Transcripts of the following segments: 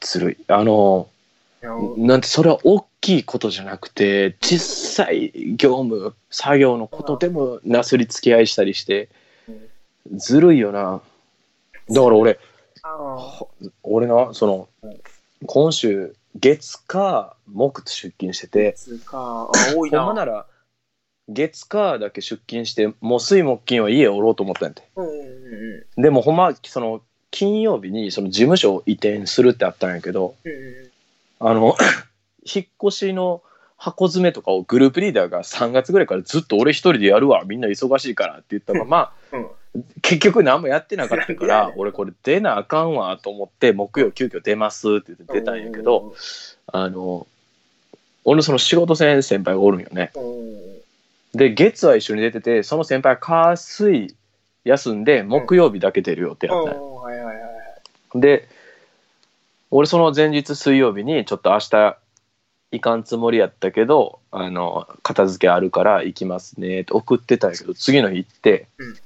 ずるい。あの、いやなんて、それは大きいことじゃなくて、小さい業務、作業のことでもなすり付き合いしたりして、ずるいよな。だから俺、あ俺な、その、今週、月か木と出勤してて、つうか、あ多いほんまな。なら、月火だけ出勤して、もう水木金は家おろうと思ったんやて。うんうんうでもほんま、その、金曜日にその事務所を移転するってあったんやけど、んうん。あの、 引っ越しの箱詰めとかをグループリーダーが3月ぐらいからずっと俺一人でやるわ、みんな忙しいからって言ったまま、うん結局何もやってなかったかいやいらや、俺これ出なあかんわと思って、木曜急遽出ますって言って出たんやけど、あの、俺のその仕事先先輩がおるんよね。うんうんうん、で月は一緒に出ててその先輩は火水休んで木曜日だけ出る予定やったんや、うんはいはいはい。で俺その前日水曜日にちょっと明日行かんつもりやったけどあの片付けあるから行きますねって送ってたんやけど次の日行って、うん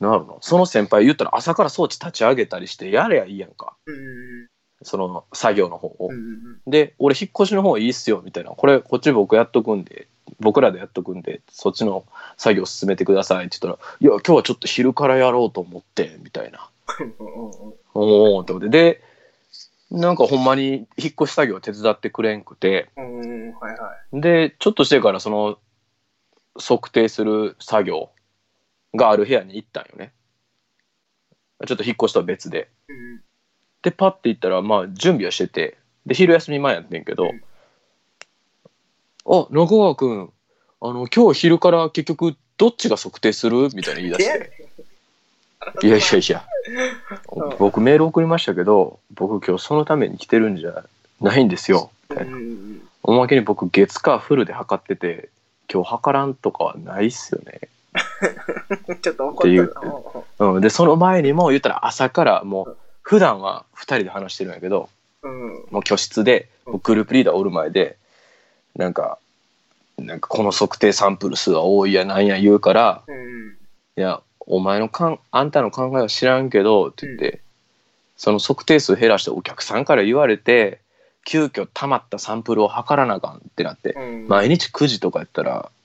なるのその先輩言ったら朝から装置立ち上げたりしてやれやいいやんかうんうんその作業の方を、うんうんで俺引っ越しの方いいっすよみたいなこれこっち僕やっとくんで僕らでやっとくんでそっちの作業進めてくださいって言ったら「いや今日はちょっと昼からやろうと思って」みたいなうんうんうん「おお」ってことででなんかほんまに引っ越し作業手伝ってくれんくてうんうんうんはいはでちょっとしてからその測定する作業がある部屋に行ったんよねちょっと引っ越しとは別でい。うんでパッて行ったらまあ準備はしててで昼休み前やってんけど、うんあ中川君あの今日昼から結局どっちが測定するみたいな言い出していやいやいやうん僕メール送りましたけど僕今日そのために来てるんじゃないんですよみたいなうんうんおまけに僕月火フルで測ってて今日測らんとかはないっすよねうんちょっと怒ったな。うん、でその前にも言ったら朝からもう普段は2人で話してるんやけどうんうんもう居室でうんグループリーダーおる前でなんかなんかこの測定サンプル数は多いやなんや言うからうん「いやお前のかんあんたの考えは知らんけど」って言って、その測定数減らしてお客さんから言われて急遽溜まったサンプルを測らなあかんってなってうん。毎日9時とかやったら「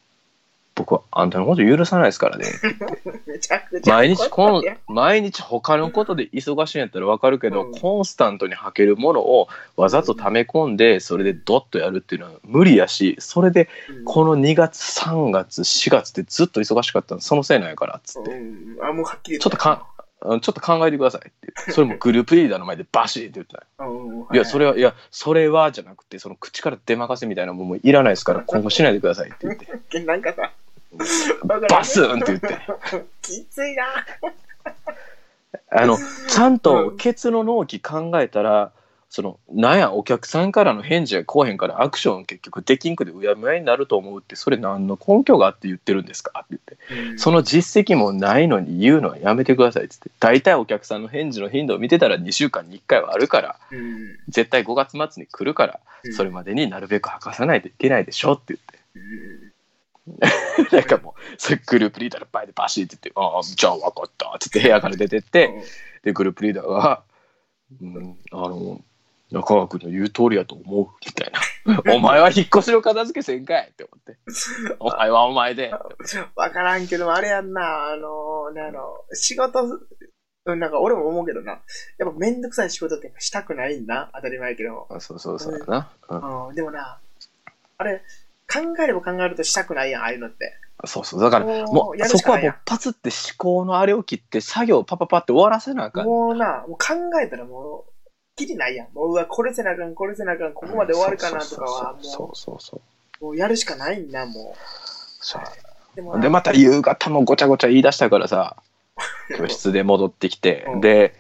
僕はあんたのこと許さないですからね」めちゃくちゃ毎日 怒こっんたね毎日他のことで忙しいんやったらわかるけど、うんコンスタントに履けるものをわざと溜め込んでそれでドッとやるっていうのは無理やしそれでこの2月3月4月ってずっと忙しかったのそのせいなんやからっつっうて、んうんあもうはっきり言ちょっとかあのちょっと考えてくださいってそれもグループリーダーの前でバシッって言ってたいやそれれはいやそれはじゃなくてその口から出まかせみたいなもんもういらないですから今後しないでくださいって言ってなんかさバスンって言って。きついなあのちゃんとケツの納期考えたら、そのなんやお客さんからの返事が来おへんからアクション結局できんくでうやむやになると思うってそれ何の根拠があって言ってるんですかって言ってその実績もないのに言うのはやめてくださいってって大体お客さんの返事の頻度を見てたら2週間に1回はあるからうん絶対5月末に来るからうんそれまでになるべく吐かさないといけないでしょって言って。うんなんかもう、それグループリーダーの前でバシって言って、ああ、じゃあ分かったってって部屋から出てって、うんで、グループリーダーが、うん、あの、中川君の言う通りやと思う、みたい な。お前は引っ越しの片付けせんかいって思って。お前はお前で。わからんけど、あれやんな、あの、ね、あの、仕事、うんなんか俺も思うけどな、やっぱめんどくさい仕事ってやっぱしたくないんだ、当たり前やけど。あそうそうそうやな。うんうん、でもな、あれ、考えれば考えるとしたくないやん、ああいうのって。そうそう。だから、ももうう、やるそしこかはないもやうんパツって思考のあれを切って、作業をパパパって終わらせなあかん。もうな、もう考えたらもう、きりないやん。もう、うわ、これせなあかん、これせなあかん、ここまで終わるかなとかは、そもうそうそうそう。う、もうやるしかないんだ、もそうう。でもなでまた夕方もごちゃごちゃ言い出したからさ教室で戻ってきて、うんで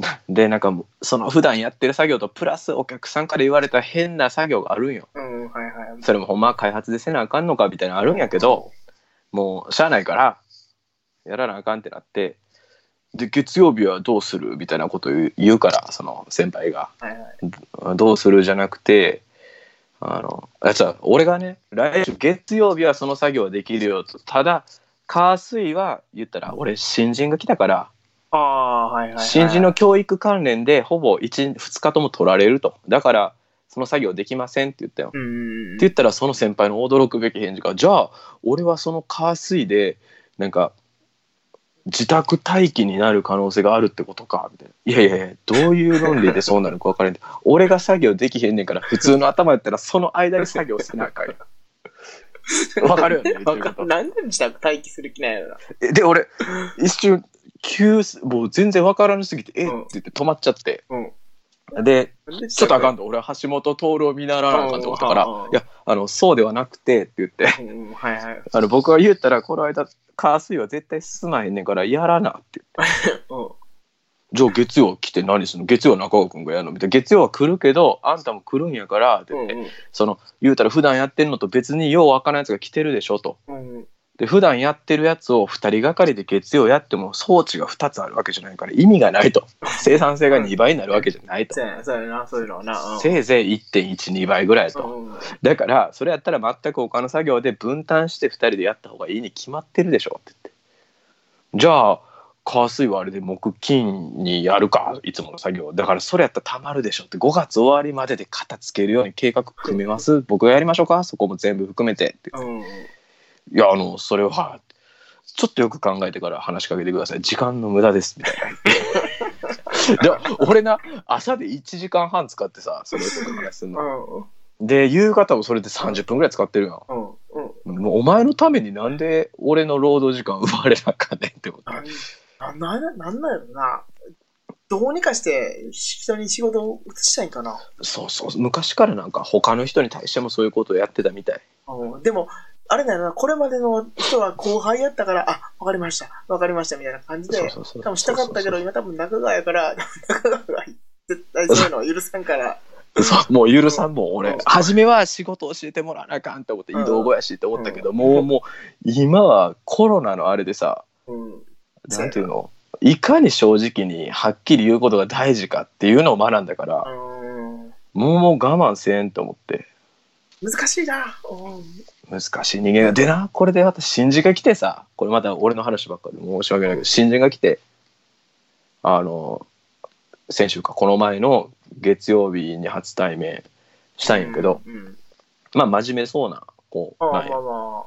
なでなんかもうその普段やってる作業とプラスお客さんから言われた変な作業があるんようん、はいはい。それもほんまは開発でせなあかんのかみたいなのあるんやけどもうしゃあないからやらなあかんってなってで月曜日はどうするみたいなこと言う言うからその先輩がはいはい。どうするじゃなくて、あの、あ、じゃ俺がね、来週月曜日はその作業はできるよと。ただ、火水は言ったら、俺、新人が来たから、ああ、はいはい、はい。新人の教育関連でほぼ1、2日とも取られると。だから、その作業できませんって言ったよ。うんうんうん。って言ったらその先輩の驚くべき返事が「じゃあ俺はそのカースイでなんか自宅待機になる可能性があるってことか」みたいな「いやいやいやどういう論理でそうなるか分からん」俺が作業できへんねんから普通の頭やったらその間に作業せなあかんやん」 わかるよね言ってわるかこる。となんで自宅待機する気なんやろな。えで俺一瞬急すもう全然分からなすぎて「えっ?」うんて言って止まっちゃってうん。でなんでちょっとあかんん。と俺は橋本徹を見習わなあかんと思ったからうんうんうん「いやあのそうではなくて」って言ってうんうん、はいはい。あの僕が言ったらこの間カースイは絶対進まへんねんからやらなって言ってうん。じゃあ月曜来て何するの月曜は中川君がやるのみたいな月曜は来るけどあんたも来るんやからってう言っんて、その言うたら普段やってんのと別にようわからんやつが来てるでしょとうん。うん。で普段やってるやつを2人がかりで月曜やっても装置が2つあるわけじゃないから意味がないと生産性が2倍になるわけじゃないとそうやな、そうやな、そういうのはな。うん。せいぜい1.12倍ぐらいやとうんうんだからそれやったら全く他の作業で分担して2人でやった方がいいに決まってるでしょって言ってじゃあ火水はあれで木金にやるかいつもの作業だからそれやったらたまるでしょって5月終わりまでで片付けるように計画組めます僕がやりましょうかそこも全部含めてってうんうん。いやあのそれはちょっとよく考えてから話しかけてください時間の無駄ですみたいな でも俺な朝で1時間半使ってさその人と話すんうのんうん。で夕方もそれで30分ぐらい使ってるようん。うん。もうお前のためになんで俺の労働時間奪われなあかんねんってこと。なん、なんな、なんなんやろな。どうにかして、人に仕事を移したいんかな。そうそう。昔からなんか他の人に対してもそういうことをやってたみたい。うん。でも、あれだよな、これまでの人は後輩やったから、あ、わかりました、わかりました、みたいな感じで、そうそうそう。多分したかったけど、そう今多分中川やから、中川が絶対そういうのは許さんから、そうそう。そ うもう許さんもんう俺ん。初めは仕事教えてもらわなあかんって思って移うん動後やしって思ったけど、うんもうもう今はコロナのあれでさ、うん。なんていうのいかに正直にはっきり言うことが大事かっていうのを学んだから、うんもうもう我慢せんと思って。難しいな。う難ん。しい人間がでなこれでまた新人が来てさこれまた俺の話ばっかりで申し訳ないけど新人が来てあの先週かこの前の月曜日に初対面したんやけど、うん。うん。まあ真面目そうな子あなんまやあま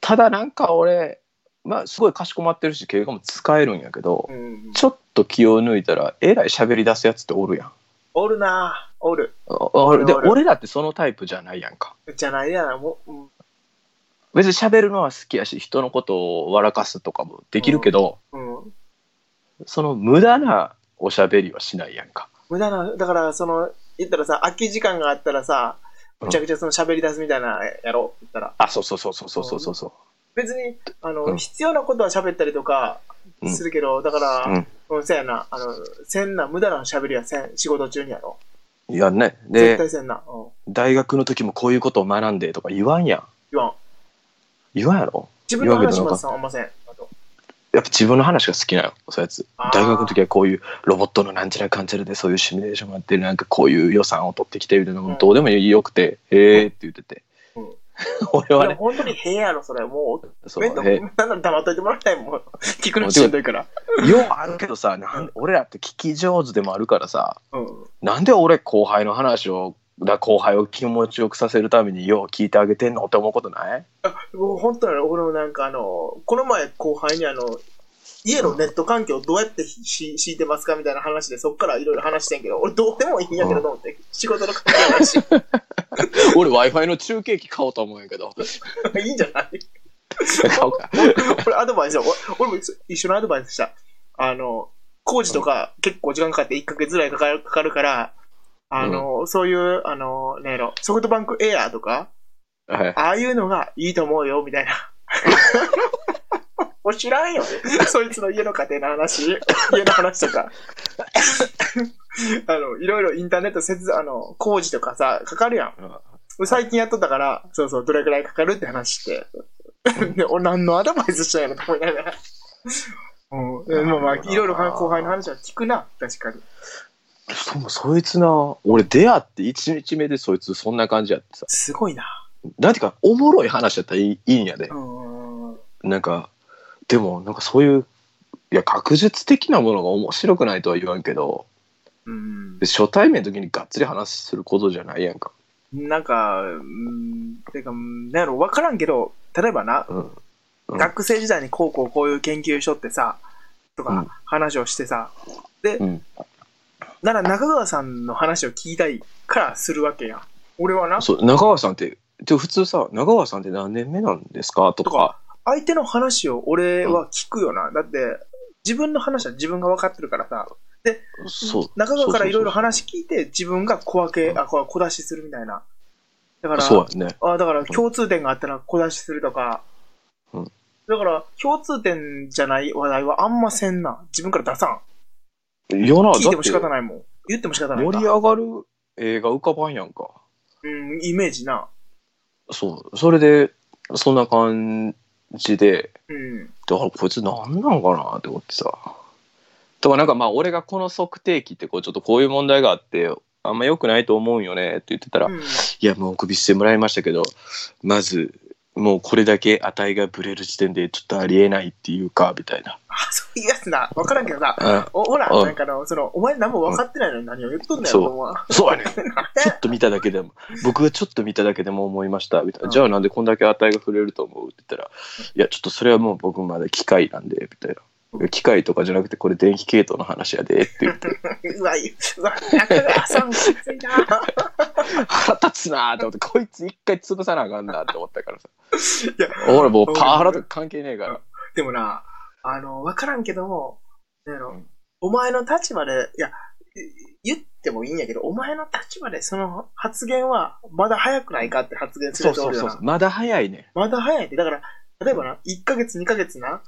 ただなんか俺まあすごいかしこまってるし経過も使えるんやけどあ。うん。ちょっと気を抜いたらえらい喋り出すやつっておるやんおるな、おる。ああれでおるおる俺だってそのタイプじゃないやんかじゃないやな、もう、うん。別に喋るのは好きやし人のことを笑かすとかもできるけど、うん。その無駄なおしゃべりはしないやんか。無駄な、だから、その、言ったらさ、空き時間があったらさ、むちゃくちゃその喋り出すみたいなやろ、言ったら。あ、そうそうそうそうそうそうそう。別に、あの、うん必要なことは喋ったりとかうんするけど、だから、うんうん、せやな、あの、せんな、無駄な喋りはせん、仕事中にやろ。いやね。絶で、対せんな。うん。大学の時もこういうことを学んでとか言わんやん。言わん。言わんやろ自分の話言わんけどなんもかさ、あんません。あとやっぱ自分の話が好きなの、そういうやつあー。大学の時はこういうロボットのなんちゃらかんちゃらでそういうシミュレーションがあって、なんかこういう予算を取ってきてみたいなのうもんどうでもよくて、へーって言ってて。うん 俺いはや、ね、本当に平やろ、それ。もう、そう、めんどへく、なんなら黙っといてもらいたいもん。 聞くのしんどいから。ようあるけどさ、なん俺らって聞き上手でもあるからさ、うん。なんで俺後輩の話をだ後輩を気持ちよくさせるためによう聞いてあげてんのって思うことないもう本当に俺もなんかあの、この前後輩にあの、家のネット環境どうやってし敷いてますかみたいな話で、そっからいろいろ話してんけど、俺どうでもいいんやけどと思って、仕事の関係ないし、 俺 w i f i の中継機買おうと思うんやけどいいんじゃない 買おうか俺アドバイスを、俺俺も一緒のアドバイスした。あの、工事とか結構時間かかって1ヶ月ぐらいかかるかかるから、あの、そういう、あの、なんやろ、ソフトバンクエアーとか、はいああいうのがいいと思うよ、みたいな。 お知らんよ。そいつの家の家庭の 話、家の話とか。あの、いろいろインターネット設あの、工事とかさ、かかるやん。最近やっとったから、そうそう、どれくらいかかるって話して。で、俺何のアドバイスしたんやろと思いながら。うんで。まあまあ、いろいろ後輩の話は聞くな、確かに。そうそいつな俺出会って1日目でそいつそんな感じやってさすごいな。なんていうかおもろい話やったらいいいいんやでうん。なんかでもなんかそういういや、学術的なものが面白くないとは言わんけど、うん。初対面の時にがっつり話することじゃないやんか。なんか、うん、てか、うんなんやろ、わからんけど、例えばな、うん。うん学生時代にこうこうこういう研究しとってさ、とうんか話をしてさ、うん。なら中川さんの話を聞きたいからするわけやん。俺はな、そう、中川さんって、で普通さ、中川さんって何年目なんですかととかか、相手の話を俺は聞くよな。だって、自分の話は自分が分かってるからさ、そう。中川からいろいろそう話聞いて、自分が小分うけ、あ、こう小出しするみたいな。だから、そうそうやね。あだから共通点があったら小出しするとか、うんだから共通点じゃない話題はあんませんな。自分から出さん。よな、聞いても仕だっ方てないもん。言っても仕方ない盛かり上がる映画浮かばんやんか。うん、イメージな。そう。それで、そんな感じで、うん。だからこいつ何なんかなって思ってさ。とかなんかまあ俺がこの測定器ってこうちょっとこういう問題があってあんま良くないと思うんよねって言ってたら、うんいやもうお首してもらいましたけどまずもうこれだけ値がブレる時点でちょっとありえないっていうかみたいな。あ、そういうやつな。わからんけどさ。うんおほら、うんなんかあの、その、お前何も分かってないのに何を言っとんだそよ、うお前 は。そう やねんちょっと見ただけでも僕がちょっと見ただけでも思いましたみたいなじゃあなんでこんだけ値が触れると思うって言ったらいやちょっとそれはもう僕まだ機械なんでみたいないや機械とかじゃなくてこれ電気系統の話やでって言ってうわ、うわ、中川さん、きつい な。腹立つなーって思ってこいつ一回潰さなあかんなって思った からさいや俺もうパワハラとか関係ねえからでもな、あの、わからんけども、なんやろうんお前の立場で、いや、い言ってもいいんやけど、お前の立場でその発言は、まだ早くないかって発言すそるう人そおうるよそなうまだ早いねまだ早いって。だから、例えばな、1ヶ月、2ヶ月な、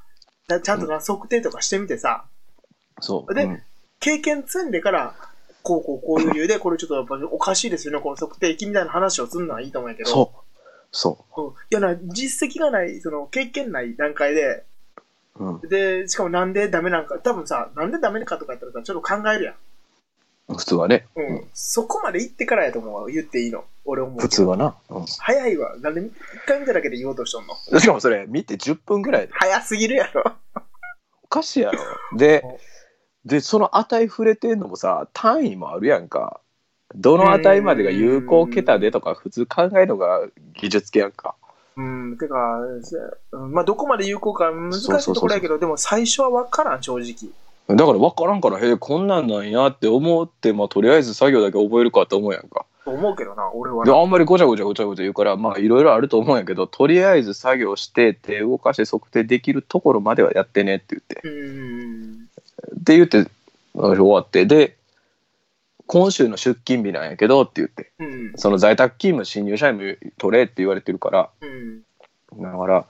だちゃんとな、測定とかしてみてさ、そうでうん経験積んでから、こうこうこういう理由で、これちょっとやっぱりおかしいですよね、この測定器みたいな話をするのはいいと思うんやけど、そうそうんいやな、実績がない、その、経験ない段階で、ううんで、しかもなんでダメなんか、多分さ、なんでダメかとか言ったらさ、ちょっと考えるやん。普通はねうん。うそこまで行ってからやと思うわ、言っていいの。俺思うけ普ど。通はなう早いわ。なんで、一回見ただけで言おうとしとんのんしかもそれ見て10分ぐらいで早すぎるやろ。 おかしいやろ。で、で、その値触れてんのもさ、単位もあるやんか。どの値までが有効桁でとか、普通考えるのが技術系やんか。うん、てか、せうんまあ、どこまで有効か難しそうそうそいうところやけど、でも最初は分からん、正直。だから分からんから、へえ、こんなんなんやって思って、まあ、とりあえず作業だけ覚えるかと思うやんか。と思うけどな、俺はで、な。あんまりごちゃごちゃごちゃごちゃ言うから、まあ、いろいろあると思うんやけど、とりあえず作業して、手動かして測定できるところまではやってねって言って。うん。って言って、終わって、で、今週の出勤日なんやけどって言って。うん。その在宅勤務新入社員も取れって言われてるからうん。だから、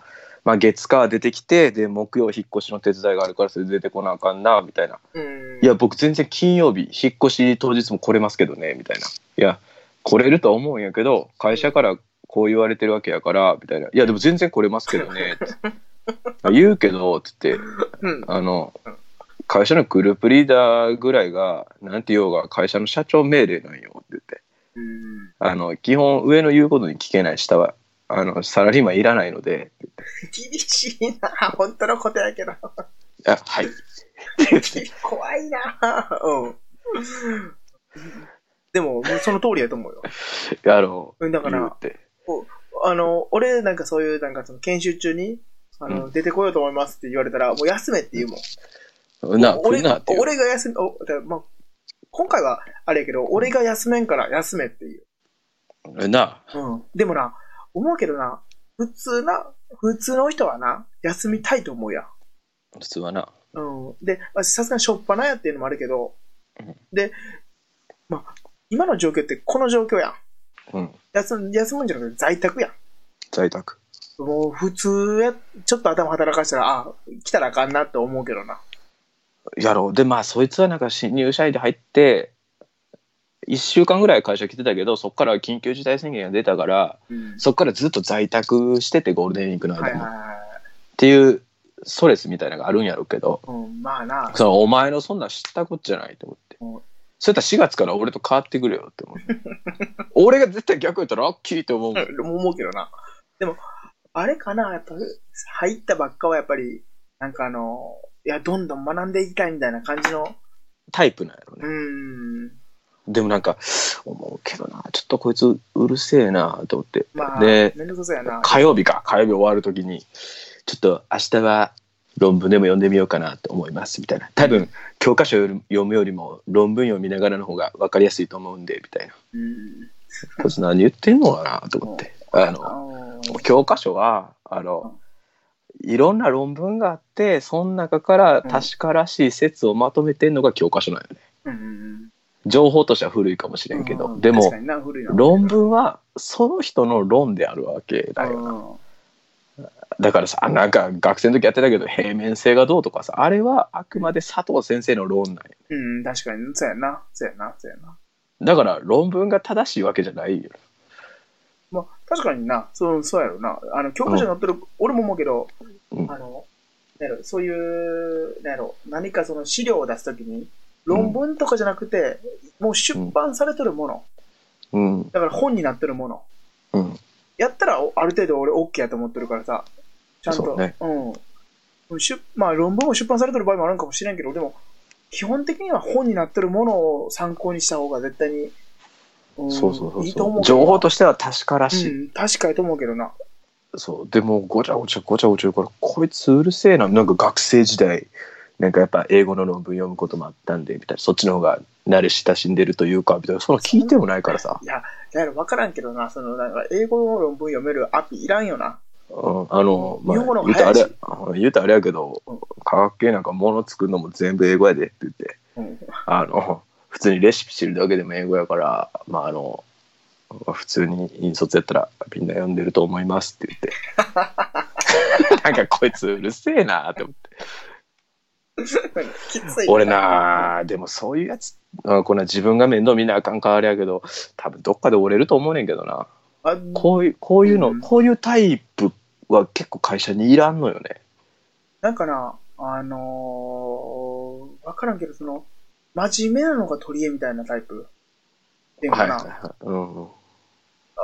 まあ、月火出てきてで木曜引っ越しの手伝いがあるからそれ出てこなあかんなみたいな「うん。いや僕全然金曜日引っ越し当日も来れますけどね」みたいな「いや来れるとは思うんやけど会社からこう言われてるわけやから」みたいな「いやでも全然来れますけどね」って 言うけどって言ってうん。 あの会社のグループリーダーぐらいがなんて言おうが会社の社長命令なんよって言って。うん。あの基本上の言うことに聞けない下はあのサラリーマンいらないので厳しいな、本当のことやけど。 「あはい」 怖いなうん。でも、その通りやと思うよ。あのうんだか言うらっ、てあの、俺なんかそういう、なんかその研修中に、あの、出てこようと思いますって言われたら、もう休めって言うも「ん。なあ来俺んな」って言う俺が休み、おだまあ、今回はあれやけど、俺が休めんから休めっていう。 「なあうん。でもな、思うけどな、普通な、普通の人はな、休みたいと思うやん。普通はなうん。で、まあさすがにしょっぱなやっていうのもあるけどうん、で、まあ、今の状況ってこの状況やん。うん休む休むんじゃなくて在宅やん。在宅もう普通や、ちょっと頭働かしたら、あ、来たらあかんなって思うけどな。やろうでまあそいつはなんか新入社員で入って1週間ぐらい会社来てたけどそっから緊急事態宣言が出たからうん。そっからずっと在宅しててゴールデンウィークのはい間はいも、はっていうストレスみたいなのがあるんやろうけどい。うん、まあな。そのお前のそんなん知ったことじゃないと思って、うんそれやったら4月から俺と変わってくれよって思 う俺が絶対逆やったらラッキーって思うもんうん思うけどな。でも、あれかな、やっぱ、入ったばっかはやっぱり、なんかあの、いや、どんどん学んでいきたいみたいな感じの、タイプなんやろうね。ん。でもなんか、思うけどな、ちょっとこいつうるせえなと思って。まあ、で、めんどくさいやな。火曜日か、火曜日終わるときに、ちょっと明日は論文でも読んでみようかなと思います、みたいな。多分、教科書より読むよりも論文読みながらの方が分かりやすいと思うんで、みたいな。うん。こいつ何言ってんのかなと思って。あの、教科書はあのいろんな論文があってその中から確からしい説をまとめてんのが教科書なんよねうん。情報としては古いかもしれんけど、うんでも確かにな古いな論文はその人の論であるわけだよな、だからさなんか学生の時やってたけど平面性がどうとかさあれはあくまで佐藤先生の論なんようん、うん確かに。そうやな。そうやな。そうやな。だから論文が正しいわけじゃないよまあ、確かにな。そう、そうやろな。あの、教科書に載ってる、俺も思うけど、うんあの、なんやろ、そういう、なんやろ、何かその資料を出すときに、論文とかじゃなくて、もう出版されてるもの、うんだから本になってるもの、うんやったらおある程度俺 OK やと思ってるからさ、ちゃんそと。うねうん。出まあ論文も出版されてる場合もあるんかもしれんけど、でも、基本的には本になってるものを参考にした方が絶対に、うんそうそうそういいとそう思うけどな情報としては確からしい、うん、確かにと思うけどな。そうでもごちゃごちゃごちゃごちゃ言うからこいつうるせえななんか学生時代なんかやっぱ英語の論文読むこともあったんでみたいなそっちの方が慣れ親しんでるというかみたいなそんな聞いてもないからさ、いや、だから分からんけどな、その、なんか、英語の論文読めるアピいらんよな。うん、あのまあ日本語の方言うとあが早いれしうん言うとあれやけどうん科学系なんか物作るのも全部英語やでって言ってうん。 あの普通にレシピ知るだけでも英語やからまああの普通に引率やったらみんな読んでると思いますって 言ってなんかこいつうるせえなって思ってきつい。俺。なあでもそういうやつあこんな自分が面倒見なあかんかあれやけど多分どっかで折れると思うねんけどなあこういうこういうの、うんこういうタイプは結構会社にいらんのよねなんかな、あのー、分からんけど、その、真面目なのが取り柄みたいなタイプ。でもはいな、はいうんあ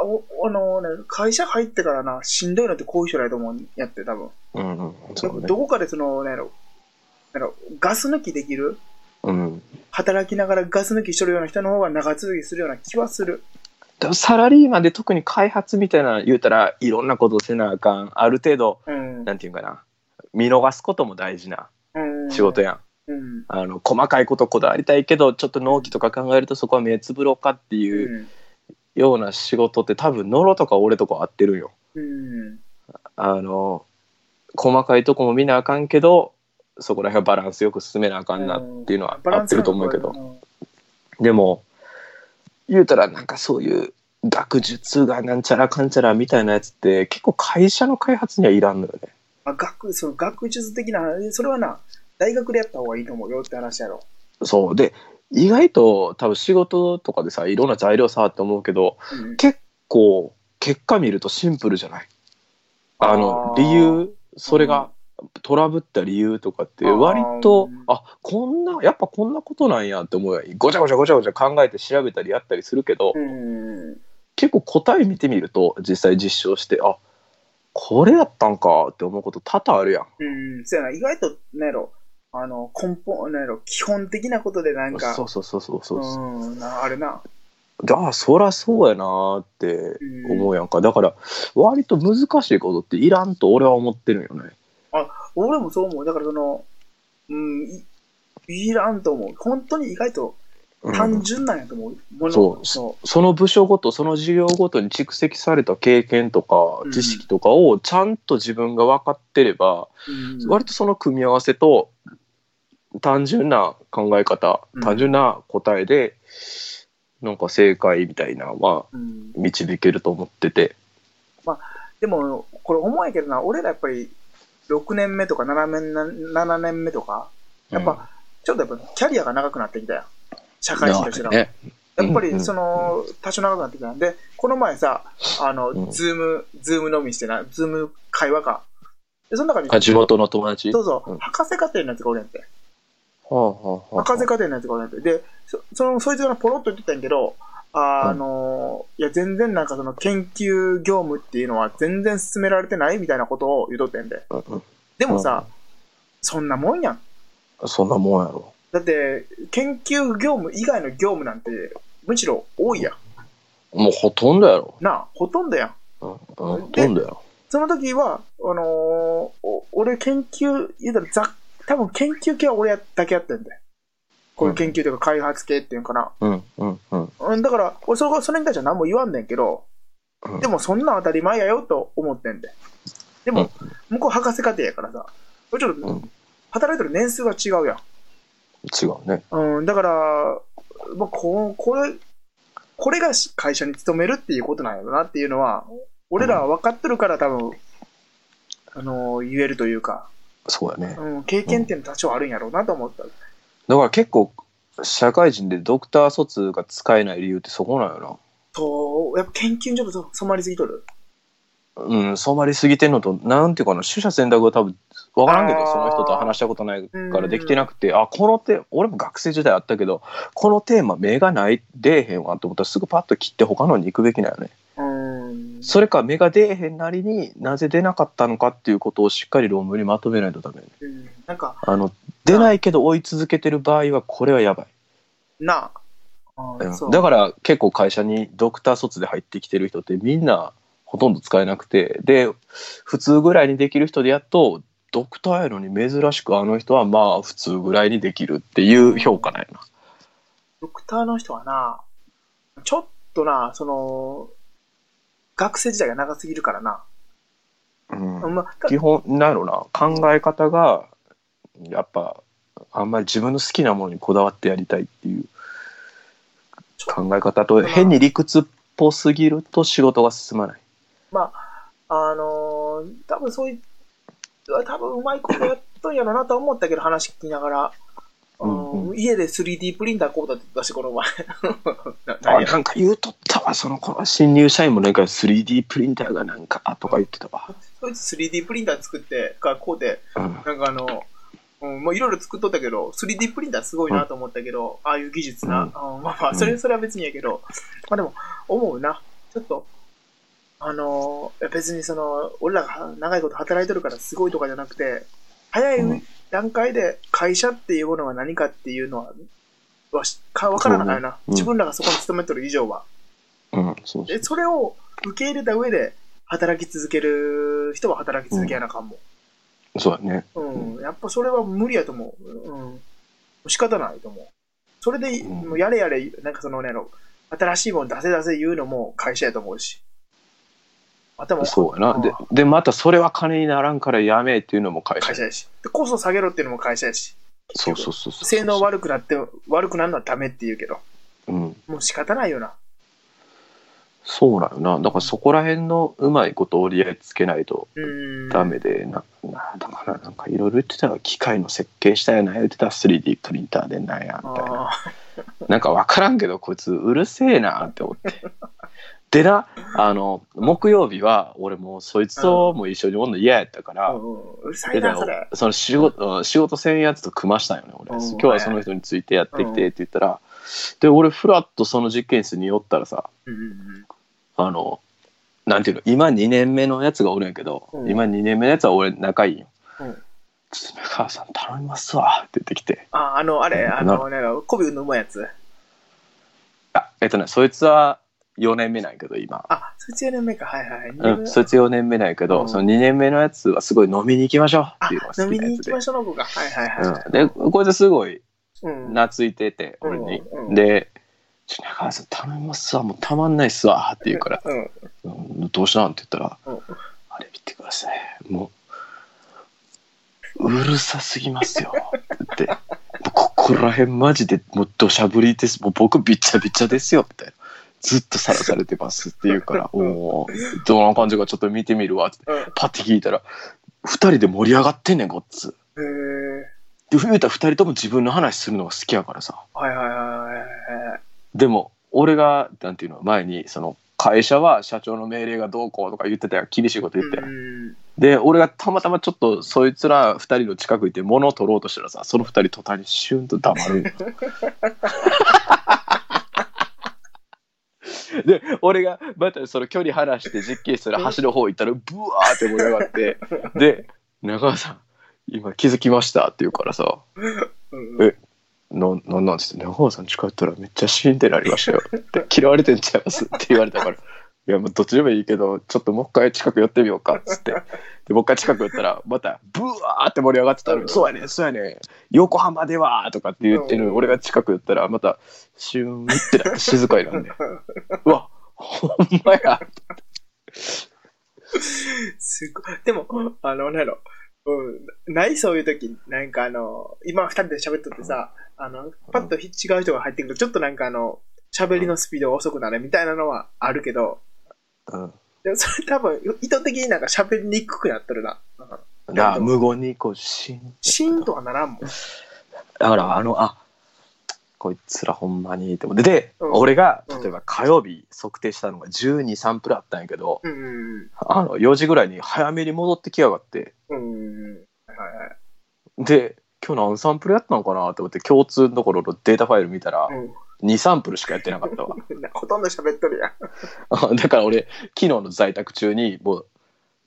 おあのーね、会社入ってからな、しんどいのってこういう人だと思うんやって、多分。うんうんそうねどこかでその、なんやろ、なんやろガス抜きできるうん働きながらガス抜きしとるような人の方が長続きするような気はする。でもサラリーマンで特に開発みたいなの言うたらいろんなことせなあかんある程度うん。なんていうんかな見逃すことも大事なうん仕事。やん、うん。あの細かいことこだわりたいけどちょっと納期とか考えるとそこは目つぶろうかってう。いうんような仕事って多分ノロとか俺とか合ってるんようん。あの細かいとこも見なあかんけどそこら辺はバランスよく進めなあかんなっていうのはバ合ラっンてスるがと思うけど、でも言うたらなんかそういう学術がなんちゃらかんちゃらみたいなやつって結構会社の開発にはいらんのよねあ、学、その学術的な、それはな、大学でやった方がいいと思うよって話やろ。そうで意外と多分仕事とかでさいろんな材料さって思うけどうん結構結果見るとシンプルじゃないあのあー理由それがトラブった理由とかってあー割とうんあこんなやっぱこんなことなんやって思うやんごちゃごちゃごちゃごちゃ考えて調べたりやったりするけどうん。結構答え見てみると実際実証してあこれやったんかって思うこと多々あるやんうん。そうやな、意外と、なんやろ、あの、根本、なんやろ、基本的なことでなんか、そうそうそうそうそうそうん、なあれな。うでああそらそうやなーってうん思うやんかだから割と難しいことっていらんと俺は思ってるんよね俺もそう思う。だからその、うん、いいらんと思う。本当に意外とうん単純なんやと思う。ものそうそその部署ごとその事業ごとに蓄積された経験とかうん知識とかをちゃんと自分が分かってれば、う。うん割とその組み合わせと単純な考え方、うん単純な答えでなんか正解みたいなのはうん導けると思ってて、でも、これ重いけどな、俺らやっぱり、6年目とか7年な7年目とか、やっぱ、ちょっとやっぱキャリアが長くなってきたよ。社うん会人としての。ねやうっぱんうんり、その、多少長くなってきたんで、この前さ、あうんの、ズーム、ズームのみしてな、ズーム会話か。で、その中に、あ地元の友達どうぞうん、博士課程のやつがおれんて。はあはあはあ博士課程のやつがおれんて。で、そその、そいつがポロッと言ってたんやけど、あーあのー、いや、全然なんかその、研究業務っていうのは全然進められてないみたいなことを言うとってんで。うんうんでもさ、そんなもんやん。そんなもんやろ。だって、研究業務以外の業務なんて、むしろ多いやん。もうほとんどやろ。なあ、ほとんどやん。うん、うんほとんどやろ。その時は、あのーお俺研究、言うたらざっ、多分研究系は俺だけやってんだよ。こういう研究とか開発系っていうのかな。うん、うん、うん。うん、だから、俺そこそれに対しては何も言わんねんけど、うんでもそんなん当たり前やよと思ってんで。でも、向こう博士課程やからさ、これちょっうとん、働いてる年数が違うやん。違うね。うん、だから、まあ、ここれ、これがし会社に勤めるっていうことなんやろなっていうのは、俺らは分かってるから多分、あのー言えるというか、そうやね。うん、経験っていうのは多少あるんやろうなと思った。だから結構、社会人でドクター疎通が使えない理由ってそこなんよと、やっぱ研究所と染まりすぎとる。な。うん、染まりすぎてんのと、なんていうかな、取捨選択は多分、わからんけあど、ーその人と話したことないかうらんできてなくて、あ、この手、俺も学生時代あったけど、このテーマ、目がない、出えへんわと思ったらすぐパッと切って他のに行くべきなんよね。うん。それか目が出えへんなりになぜ出なかったのかっていうことをしっかり論文にまとめないとダメね。うんなんか、あの出ないけど追い続けてる場合はこれはやばい。なあ、うんうんだから結構会社にドクター卒で入ってきてる人ってみんなほとんど使えなくてで普通ぐらいにできる人でやっとドクターやのに珍しくあの人はまあ普通ぐらいにできるっていう評価なんやな。ドクターの人はな、ちょっとな、その、学生時代が長すぎるからな。うんまあ、基本なんやろな考え方がやっぱあんまり自分の好きなものにこだわってやりたいっていう考え方と変に理屈っぽすぎると仕事が進まないあのー多分そういう、多分うまいことやっとんやろなと思ったけど、話聞きながうんうら。んうん家で 3D プリンターこうだって出して、この前。 なあ何やなんか言うとったわその子の新入社員もなんか 3D プリンターがなんかとか言ってたわ、そいつ 3D プリンター作って、かこうで、うん、なんかあの、うん、もういろいろ作っとったけど、3D プリンターすごいなと思ったけど、ああいう技術な。うんうんまあまあ、それ、それは別にやけど、まあでも、思うな。ちょっと、あのー、別にその、俺らが長いこと働いてるからすごいとかじゃなくて、早ういん段階で会社っていうものが何かっていうのは、わしかわからないな。うん自分らがそこに勤めてる以上は。うん、そうそうで、それを受け入れた上で、働き続ける人は働き続けやなあかんもん。そうだね、うん、やっぱそれは無理やと思う。うん。仕方ないと思う。それで、うんもうやれやれ、なんかそのね、あの新しいもの出せ出せ言うのも会社やと思うし。頭そうやなでああでまたそれは金にならんからやめえっていうのも会社会社やし。で、コスト下げろっていうのも会社やし。そうそうそうそう性能悪くなって、悪くなるのはダメって言うけど、うんもう仕方ないよな。そうなのなだからそこら辺のうまいこと折り合いつけないとうん。ダメで、ななんだからなんかいろいろ言ってたら機械の設計したやない言ってたら 3D プリンターでなんやみたいなああ。なんか分からんけどこいつうるせえなって思ってでなあの木曜日は俺もうそいつともう一緒におんの嫌やったから、うんうるさでいだな、かそられ。その仕事うん仕事せんやつと組ましたんよね俺、うん今日はその人についてやってきてって言ったら、で俺フラッとその実験室に寄ったらさうんうんあのなんていうの今2年目のやつがおるんやけど、うん今2年目のやつは俺仲いいようん「爪川さん頼みますわ」って言ってきてあ、あの、あれ、あの、なんか、コビのうまいやつ。あえっとねそいつは4年目なんやけど今。あ、そいつ4年目か。はいはい。二う年ん、目そいつ4年目なんやけど、うんその2年目のやつはすごい飲みに行きましょうっていうのが飲好みきなにや行つきでま。しょう、の子が。はいはいはい。うん、で、こいつすごいうん、懐いてて、俺に。うん、で、ちょ中川さん頼みますわ、もうたまんないっすわって言うから、うん、うんどうしたんって言ったら、うんあれ見てください、もう、うるさすぎますよって言って、ここら辺マジでもう土砂降りです、もう僕びっちゃびちゃですよみたいな。ずっとさらされてますって言う から、うんおお、どんな感じかちょっと見てみるわって。うパッて聞いたら二人で盛り上がってんねんごっつん。へえで言うたら二人とも自分の話するのが好きやからさはいはいはいはいはい。でも俺がなんていうの前にその会社は社長の命令がどうこうとか言ってたやん厳しいこと言ってたやん、うんで俺がたまたまちょっとそいつら二人の近く行って物を取ろうとしたらさその二人途端にシュンと黙るんよで俺がまたその距離離して実験室の端の方行ったらブワーって盛り上がってで中川さん今気づきましたって言うからさ、うんえななんなんですって、中川さん近寄ったらめっちゃ死んでなりま したよって、嫌われてんちゃいますって言われたから、いや、もうどっちでもいいけど、ちょっともう一回近く寄ってみようかっつって、で、もう一回近く寄ったら、また、ブワーって盛り上がってたのうんに、そうやねん、そうやねん、横浜ではとかって言ってるのに、うん俺が近く寄ったら、また、シューンってなって静かになんで、うわ、ほんまや、すごい。でも、あの、なんやろ。うん、ないそういう時、なんかあの、今二人で喋っとってさ、あの、パッと違う人が入ってくると、ちょっとなんかあの、喋りのスピードが遅くなるみたいなのはあるけど、うんでもそれ多分、意図的になんか喋りにくくなっとるな。なあ無言にこう、死んシーンとはならんもん。だからあのあこいつらほんまにって思ってで、うん俺がうん例えば火曜日測定したのが1 2 3プラあったんやけど、うんうんあの4時ぐらいに早めに戻ってきやがってうん。うんうん。はいはいで今日何サンプルやったのかなと思って共通のところのデータファイル見たらはい。うん2サンプルしかやってなかったわ ほとんど喋っとるやん。あだから俺昨日の在宅中にもう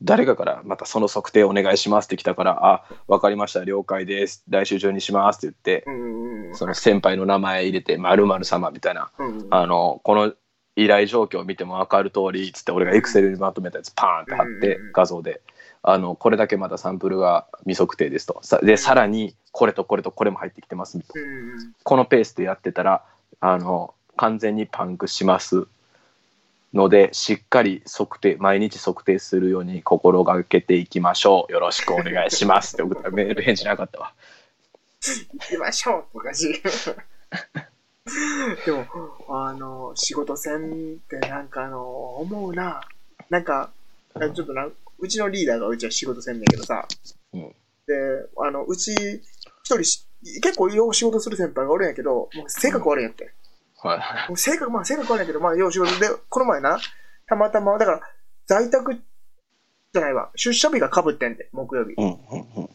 誰かからまたその測定お願いしますって来たから「あ分かりました了解です来週中にします」って言ってうんうんその先輩の名前入れて「〇〇様」みたいなうん。あの、この依頼状況を見ても分かる通り、つって俺がエクセルにまとめたやつパーンって貼っうてんうんうん、画像で。あの、これだけまだサンプルが未測定ですと。さで、さらに、これとこれとこれも入ってきてます。うんうんこのペースでやってたら、あの、完全にパンクします。ので、しっかり測定、毎日測定するように心がけていきましょう。よろしくお願いします。って送ったらメール返事なかったわ。行きましょうとかし。 でも、あの、仕事せんってなんかあの、思うな。なんか、ちょっとな、うちのリーダーがうちは仕事せんねんけどさ。うんで、あの、うち、一人し、結構よう仕事する先輩がおるんやけど、もう性格悪いんやって。はい。もう性格、まあ性格悪いんやけど、まあよう仕事で、この前な、たまたま、だから、在宅じゃないわ、出社日が被ってんで、木曜日。うん、うん、うん。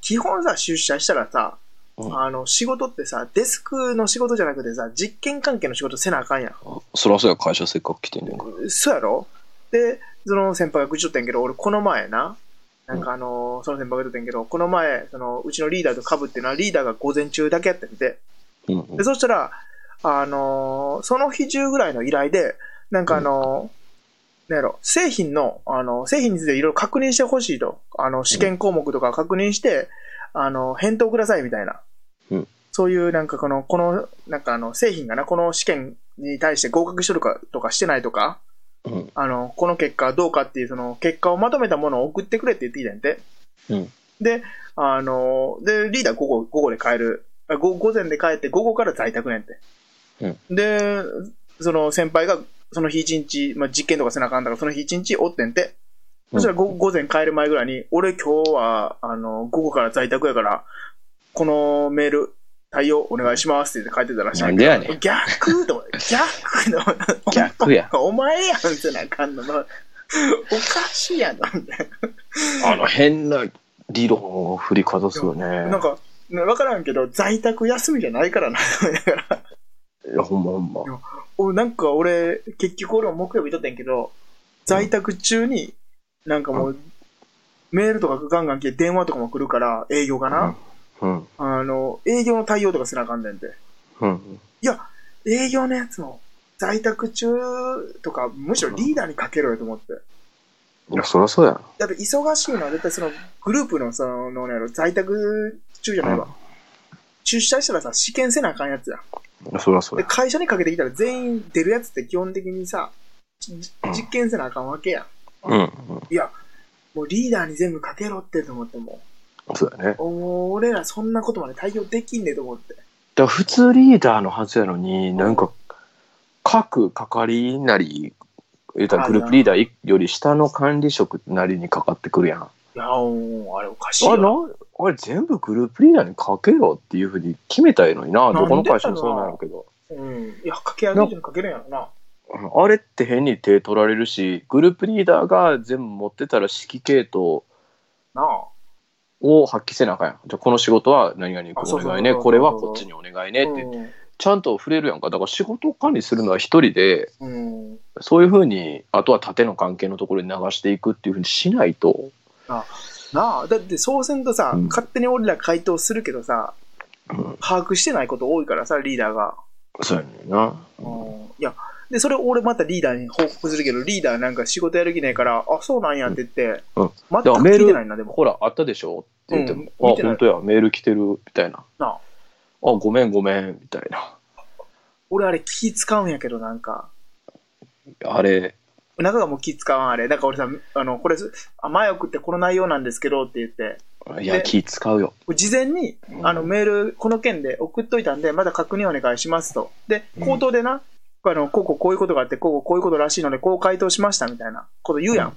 基本さ、出社したらさ、うんあの、仕事ってさ、デスクの仕事じゃなくてさ、実験関係の仕事せなあかんやん。そらそうや、会社せっかく来てんねんから。そうやろで、その先輩が愚痴とってんけど、俺この前な、なんかあのーその先輩が言ってんけど、この前、その、うちのリーダーと被ってな、リーダーが午前中だけやってて、うん、うんで、。そしたら、あのーその日中ぐらいの依頼で、なんかあのーなんやろ、製品の、あの製品についていろいろ確認してほしいと。あの、試験項目とか確認して、あの返答くださいみたいな。うんそういう、なんかこの、この、なんかあの、製品がな、この試験に対して合格しとるかとかしてないとか、 うんあの、この結果はどうかっていう、その結果をまとめたものを送ってくれって言ってきたんやて。うんで、あの、で、リーダー午後、午後で帰る。あ午午前で帰って、午後から在宅ねんて。で、その先輩が、その日一日、まあ、実験とかせなあかんだから、その日一日おってんて。そしたらご午前帰る前ぐらいに、俺今日は、あの、午後から在宅やから、このメール、対応お願いしますって言って書いてたらしいけど。なんでやねん逆と思って、逆の、逆や。 お前やんってなあかんのな。おかしいやん なんだよあの変な理論を振りかざすよね。なんか、わからんけど、在宅休みじゃないからな。 だからいや、ほんまほんま。おなんか俺、結局俺も木曜日とってんけど、在宅中に、なんかもう、メールとかガンガン来て電話とかも来るから、営業かな、うん。あの、営業の対応とかせなあかんねんて。うん。営業のやつも、在宅中とか、むしろリーダーにかけろよと思って。いや、そりゃそうや。だって忙しいのは絶対そのグループのその、なんやろ、在宅中じゃないわ。う出社したらさ、試験せなあかんやつや。そりゃそうで、や。会社にかけてきたら全員出るやつって基本的にさ、じうん実験せなあかんわけや。うん。いや、もうリーダーに全部かけろってと思ってもそうやね。だかう、もう俺らそんなことまで対応できんねと思って。ら普通リーダーのはずやのに、なんか、各係なり、言うたらグループリーダーより下の管理職なりにかかってくるやん。あいや、もうあれおかしいれ、よ。な、あれ全部グループリーダーにかけろっていうふうに決めたらいいのにな。どこの会社もそうなんやろうけど。うん。いや、かけ上げてもかけるんやろな。あれって変に手取られるし、グループリーダーが全部持ってたら指揮系統なあ。を発揮せなあかんやん。じゃあこの仕事は何々にあそうおそう願いね、そうそうこれはこっちにお願いねって、うんちゃんと触れるやんか。だから仕事を管理するのは一人で、うん。そういうふうに、あとは縦の関係のところに流していくっていうふうにしないと、なあ、だってそうせんとさ、うん勝手に俺ら回答するけどさ、うん把握してないこと多いからさ、リーダーが。そうやねんな。うんいや、で、それ俺またリーダーに報告するけど、リーダーなんか仕事やる気ないから、あ、そうなんやって言って、うん全く聞いてないな、でも。ほら、あったでしょって言っても、うんあ、見てない本当や、メール来てる、みたいな。なああ、ごめん、ごめん、みたいな。俺あれ気使うんやけど、なんか。あれ、中がもう気使わん、あれ。だから俺さ、あの、これ、あ前送ってこの内容なんですけどって言って、いや、で気使うよ。事前に、あの、メール、この件で送っといたんで、まだ確認お願いしますと。で、口頭でな、あの、こうこうこういうことがあって、こうこうこういうことらしいので、こう回答しましたみたいなこと言うやん。うんうん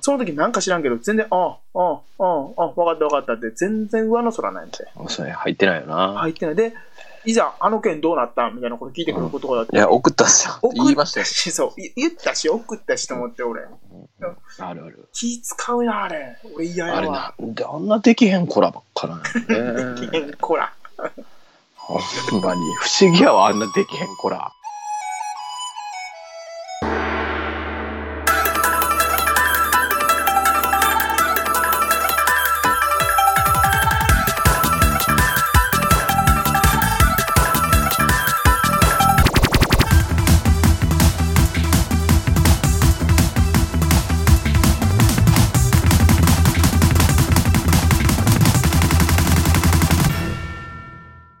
その時なんか知らんけど、全然、ああ、ああ、ああ、わかったわかったって、全然上の空ないんで。それ入ってないよな。入ってない。で、いざ、あの件どうなったみたいなこと聞いてくることがあっいて。や、送ったっすよ。送った言いましたよ。し、そう、い言ったし、送ったしと思って、俺。あるある。気使うな、あれ。俺嫌やあれわ。なんであんなできへん子らばっか なんやろね。えこら。ほんまに。不思議やわ、あんなできへん子ら。